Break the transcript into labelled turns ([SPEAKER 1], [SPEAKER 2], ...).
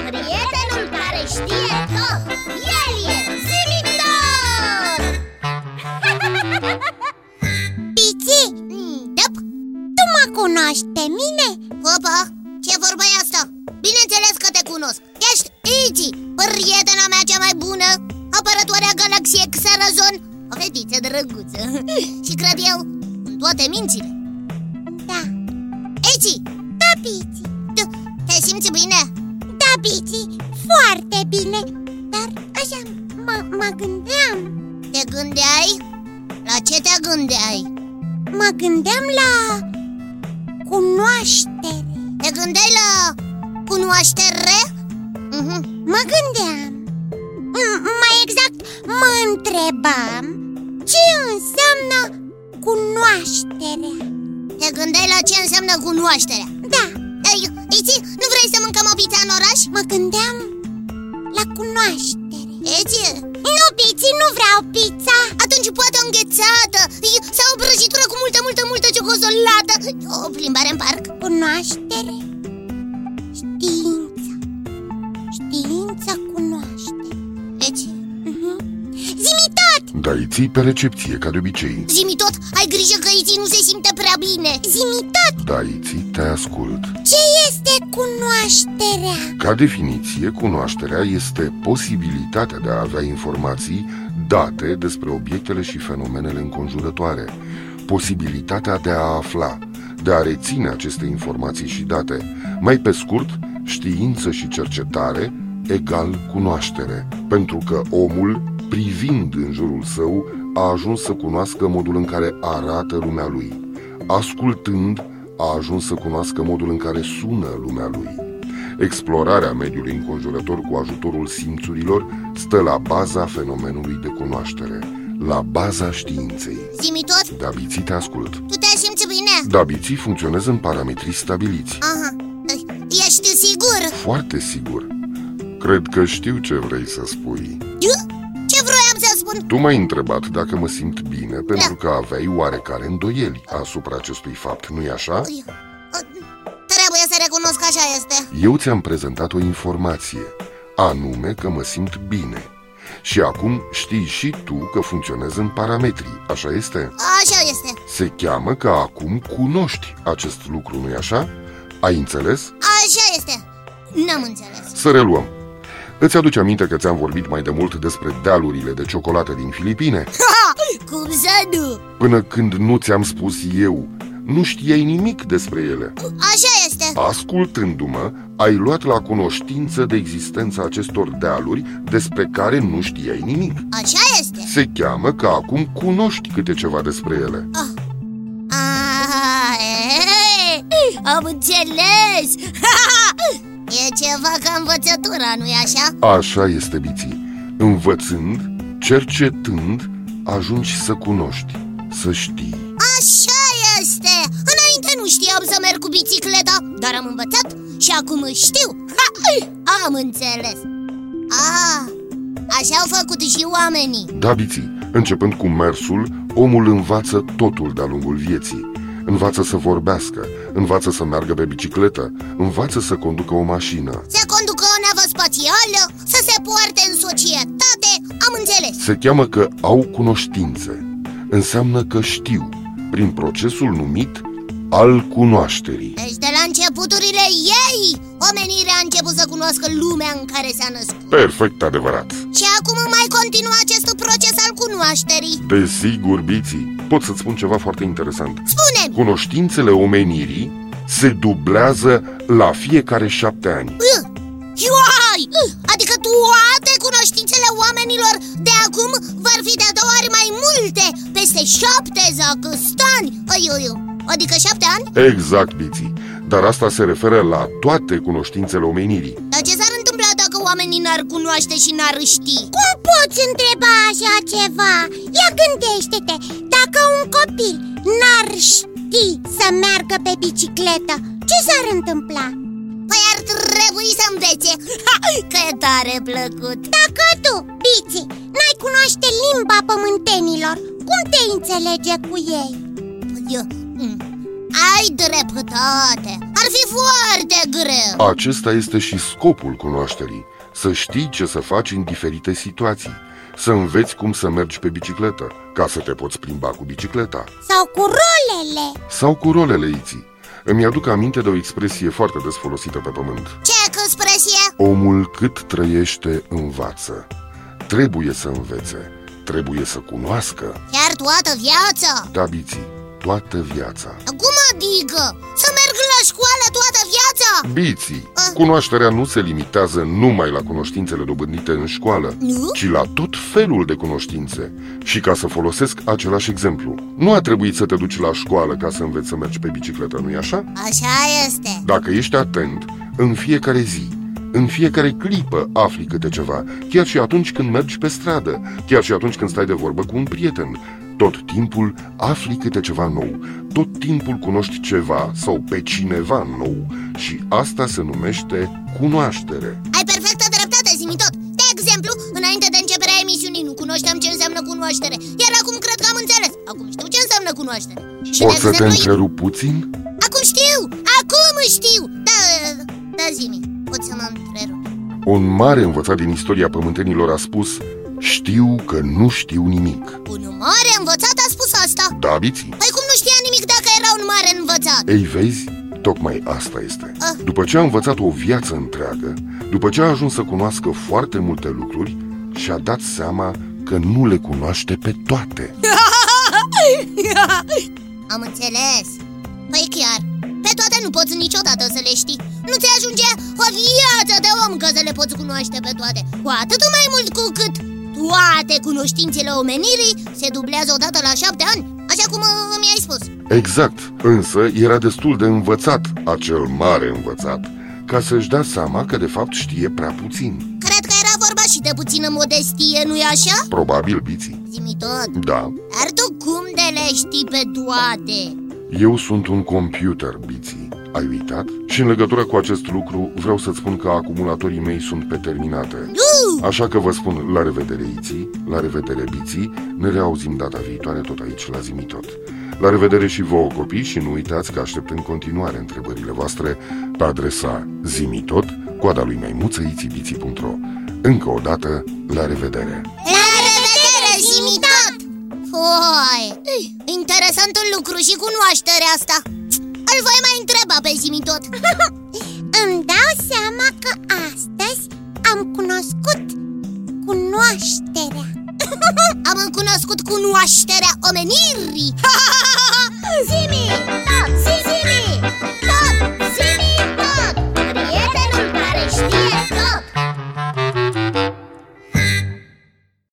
[SPEAKER 1] cunoști pe mine?
[SPEAKER 2] Opa, ce vorbă e asta? Bineînțeles că te cunosc Ești Iti, prietena mea cea mai bună Apărătoarea galaxiei Xerazon O fetiță drăguță Și cred eu, în toate mințile
[SPEAKER 1] Da,
[SPEAKER 2] Iti,
[SPEAKER 1] da, Bici
[SPEAKER 2] tu- te simți bine?
[SPEAKER 1] Da, Bici, foarte bine Dar așa, mă, mă gândeam
[SPEAKER 2] Te gândeai? La ce te gândeai?
[SPEAKER 1] Mă gândeam la cunoaștere
[SPEAKER 2] Te gândeai la cunoaștere? Mhm.
[SPEAKER 1] Mă gândeam M- Mai exact, mă întrebam Ce înseamnă cunoașterea
[SPEAKER 2] Te gândeai la ce înseamnă cunoașterea
[SPEAKER 1] Da,
[SPEAKER 2] Ei, Iti, nu vrei să mâncăm o pizza în oraș?
[SPEAKER 1] mă gândeam la cunoaștere
[SPEAKER 2] Iti,
[SPEAKER 1] Nu, Bici, nu vreau pizza
[SPEAKER 2] Atunci poate o înghețată i- Sau o prăjitură cu multă, multă, multă ciocozolată O plimbare în parc
[SPEAKER 1] Cunoaștere Știință Știință, cunoaștere
[SPEAKER 2] Deci,
[SPEAKER 1] uh-huh. Zimi tot!
[SPEAKER 3] Da, îi ții pe recepție, ca de obicei
[SPEAKER 2] zimi tot, ai grijă că Iti nu se simte prea bine
[SPEAKER 1] Zimi tot!
[SPEAKER 3] Da, îi ții, te ascult
[SPEAKER 1] Ce este cunoașterea?
[SPEAKER 3] Ca definiție, cunoașterea este posibilitatea de a avea informații, date despre obiectele și fenomenele înconjurătoare, posibilitatea de a afla, de a reține aceste informații și date. Mai pe scurt, știință și cercetare egal cunoaștere, pentru că omul, privind în jurul său, a ajuns să cunoască modul în care arată lumea lui. Ascultând, a ajuns să cunoască modul în care sună lumea lui. Explorarea mediului înconjurător cu ajutorul simțurilor stă la baza fenomenului de cunoaștere, la baza științei.
[SPEAKER 2] Zimi tot,
[SPEAKER 3] Dabiții te ascult.
[SPEAKER 2] tu te simți bine?
[SPEAKER 3] Dabiții funcționează în parametrii stabiliți.
[SPEAKER 2] Aha, ești sigur?
[SPEAKER 3] Foarte sigur. Cred că știu ce vrei să spui.
[SPEAKER 2] Ce vroiam să spun?
[SPEAKER 3] Tu m-ai întrebat dacă mă simt bine pentru că aveai oarecare îndoieli asupra acestui fapt, nu-i așa?
[SPEAKER 2] Trebuie să recunosc că așa este
[SPEAKER 3] Eu ți-am prezentat o informație, anume că mă simt bine. Și acum știi și tu că funcționez în parametrii, așa este?
[SPEAKER 2] Așa este,
[SPEAKER 3] Se cheamă că acum cunoști acest lucru, nu-i așa? Ai înțeles?
[SPEAKER 2] așa este N-am înțeles
[SPEAKER 3] Să reluăm. Îți aduce aminte că ți-am vorbit mai de mult despre dealurile de ciocolată din Filipine?
[SPEAKER 2] ha! Cum să nu?
[SPEAKER 3] Până când nu ți-am spus eu, nu știai nimic despre ele.
[SPEAKER 2] Așa este
[SPEAKER 3] Ascultându-mă, ai luat la cunoștință de existența acestor dealuri despre care nu știai nimic.
[SPEAKER 2] Așa este
[SPEAKER 3] Se cheamă că acum cunoști câte ceva despre ele.
[SPEAKER 2] Ah, e, am înțeles! e ceva ca învățătura, nu-i așa?
[SPEAKER 3] Așa este, Biții. Învățând, cercetând, ajungi să cunoști, să știi.
[SPEAKER 2] Așa este! Înainte nu știam să merg cu bicicleta, dar am învățat și acum știu! am înțeles! Ah, așa au făcut și oamenii!
[SPEAKER 3] Da, Biții, începând cu mersul, omul învață totul de-a lungul vieții. Învață să vorbească, învață să meargă pe bicicletă, învață să conducă o mașină.
[SPEAKER 2] Să conducă o navă spațială, să se poarte în societate, am înțeles!
[SPEAKER 3] Se cheamă că au cunoștințe. Înseamnă că știu, prin procesul numit al cunoașterii.
[SPEAKER 2] Deci de la începuturile ei, omenirea a început să cunoască lumea în care s-a născut
[SPEAKER 3] Perfect adevărat!
[SPEAKER 2] Și acum mai continuă acest proces al cunoașterii
[SPEAKER 3] Desigur, Biții, pot să-ți spun ceva foarte interesant.
[SPEAKER 2] Spune-mi,
[SPEAKER 3] Cunoștințele omenirii se dublează la fiecare șapte ani.
[SPEAKER 2] Ioai! Ă, adică toate cunoștințele oamenilor de acum vor fi de două ori mai multe Peste șapte zacăstani Ai, ai, ai. Adică șapte ani?
[SPEAKER 3] Exact, Biții. Dar asta se referă la toate cunoștințele omenirii.
[SPEAKER 2] Dar ce s-ar întâmpla dacă oamenii n-ar cunoaște și n-ar ști?
[SPEAKER 1] Cum poți întreba așa ceva? Ia gândește-te, dacă un copil n-ar ști să meargă pe bicicletă, ce s-ar întâmpla?
[SPEAKER 2] Păi ar trebui să învețe ha, Că e tare plăcut
[SPEAKER 1] Dacă tu, Bici, n-ai cunoaște limba pământenilor, cum te înțelege cu ei?
[SPEAKER 2] Eu, mm, Ai dreptate Ar fi foarte greu
[SPEAKER 3] Acesta este și scopul cunoașterii. Să știi ce să faci în diferite situații. Să înveți cum să mergi pe bicicletă, ca să te poți plimba cu bicicleta.
[SPEAKER 1] Sau cu rolele?
[SPEAKER 3] Sau cu rolele iții. Îmi aduc aminte de o expresie foarte des folosită pe pământ.
[SPEAKER 2] Ce expresie?
[SPEAKER 3] Omul cât trăiește învață. Trebuie să învețe, trebuie să cunoască.
[SPEAKER 2] Chiar toată viața?
[SPEAKER 3] Da, biții, toată viața.
[SPEAKER 2] Cum adică? Să merg la școală toată viața?
[SPEAKER 3] Biții, cunoașterea nu se limitează numai la cunoștințele dobândite în școală,
[SPEAKER 2] Nu?
[SPEAKER 3] ci la tot felul de cunoștințe. Și ca să folosesc același exemplu, nu a trebuit să te duci la școală ca să înveți să mergi pe bicicletă, nu-i așa?
[SPEAKER 2] Așa este
[SPEAKER 3] Dacă ești atent, în fiecare zi, în fiecare clipă afli câte ceva, chiar și atunci când mergi pe stradă, chiar și atunci când stai de vorbă cu un prieten. Tot timpul afli câte ceva nou, tot timpul cunoști ceva sau pe cineva nou și asta se numește cunoaștere.
[SPEAKER 2] Ai perfectă dreptate, zimi tot De exemplu, înainte de începerea emisiunii nu cunoșteam ce înseamnă cunoaștere Iar acum cred că am înțeles Acum știu ce înseamnă cunoaștere Și
[SPEAKER 3] Poți să te
[SPEAKER 2] exemplu,
[SPEAKER 3] întrerup puțin?
[SPEAKER 2] Acum știu! Acum știu! Da, da, zimi, poți să mă întrerup
[SPEAKER 3] Un mare învățat din istoria pământenilor a spus Știu că nu știu nimic.
[SPEAKER 2] Un mare învățat a spus asta
[SPEAKER 3] Da, biții?
[SPEAKER 2] Păi cum nu știa nimic dacă era un mare învățat?
[SPEAKER 3] Ei, vezi, tocmai asta este.
[SPEAKER 2] Ah.
[SPEAKER 3] După ce a învățat o viață întreagă, după ce a ajuns să cunoască foarte multe lucruri, și-a dat seama că nu le cunoaște pe toate.
[SPEAKER 2] Am înțeles Păi chiar, pe toate nu poți niciodată să le știi Nu ți ajunge o viață de om ca să le poți cunoaște pe toate Cu atât mai mult cu cât toate cunoștințele omenirii se dublează odată la șapte ani Așa cum uh, mi-ai spus
[SPEAKER 3] Exact, însă era destul de învățat, acel mare învățat, ca să-și dea seama că de fapt știe prea puțin.
[SPEAKER 2] Cred că era vorba și de puțină modestie, nu-i așa?
[SPEAKER 3] Probabil biții.
[SPEAKER 2] Zimi tot
[SPEAKER 3] Da,
[SPEAKER 2] Dar tu cum de le știi pe toate?
[SPEAKER 3] eu sunt un computer, biții. Ai uitat? Și în legătură cu acest lucru, vreau să-ți spun că acumulatorii mei sunt pe terminate.
[SPEAKER 2] Nu!
[SPEAKER 3] Așa că vă spun la revedere, Iții, la revedere, Biții, ne reauzim data viitoare tot aici la Zimitot. La revedere și vouă, copii, și nu uitați că aștept în continuare întrebările voastre pe adresa zimitot, coada lui maimuță, itibiții.ro. Încă o dată, la revedere!
[SPEAKER 2] La revedere, Zimitot! Foi, interesantul lucru și cunoașterea asta Îl voi mai întreba pe Zimitot
[SPEAKER 1] Îmi dau seama că astăzi am cunoscut cunoașterea
[SPEAKER 2] Am cunoscut cunoașterea omenirii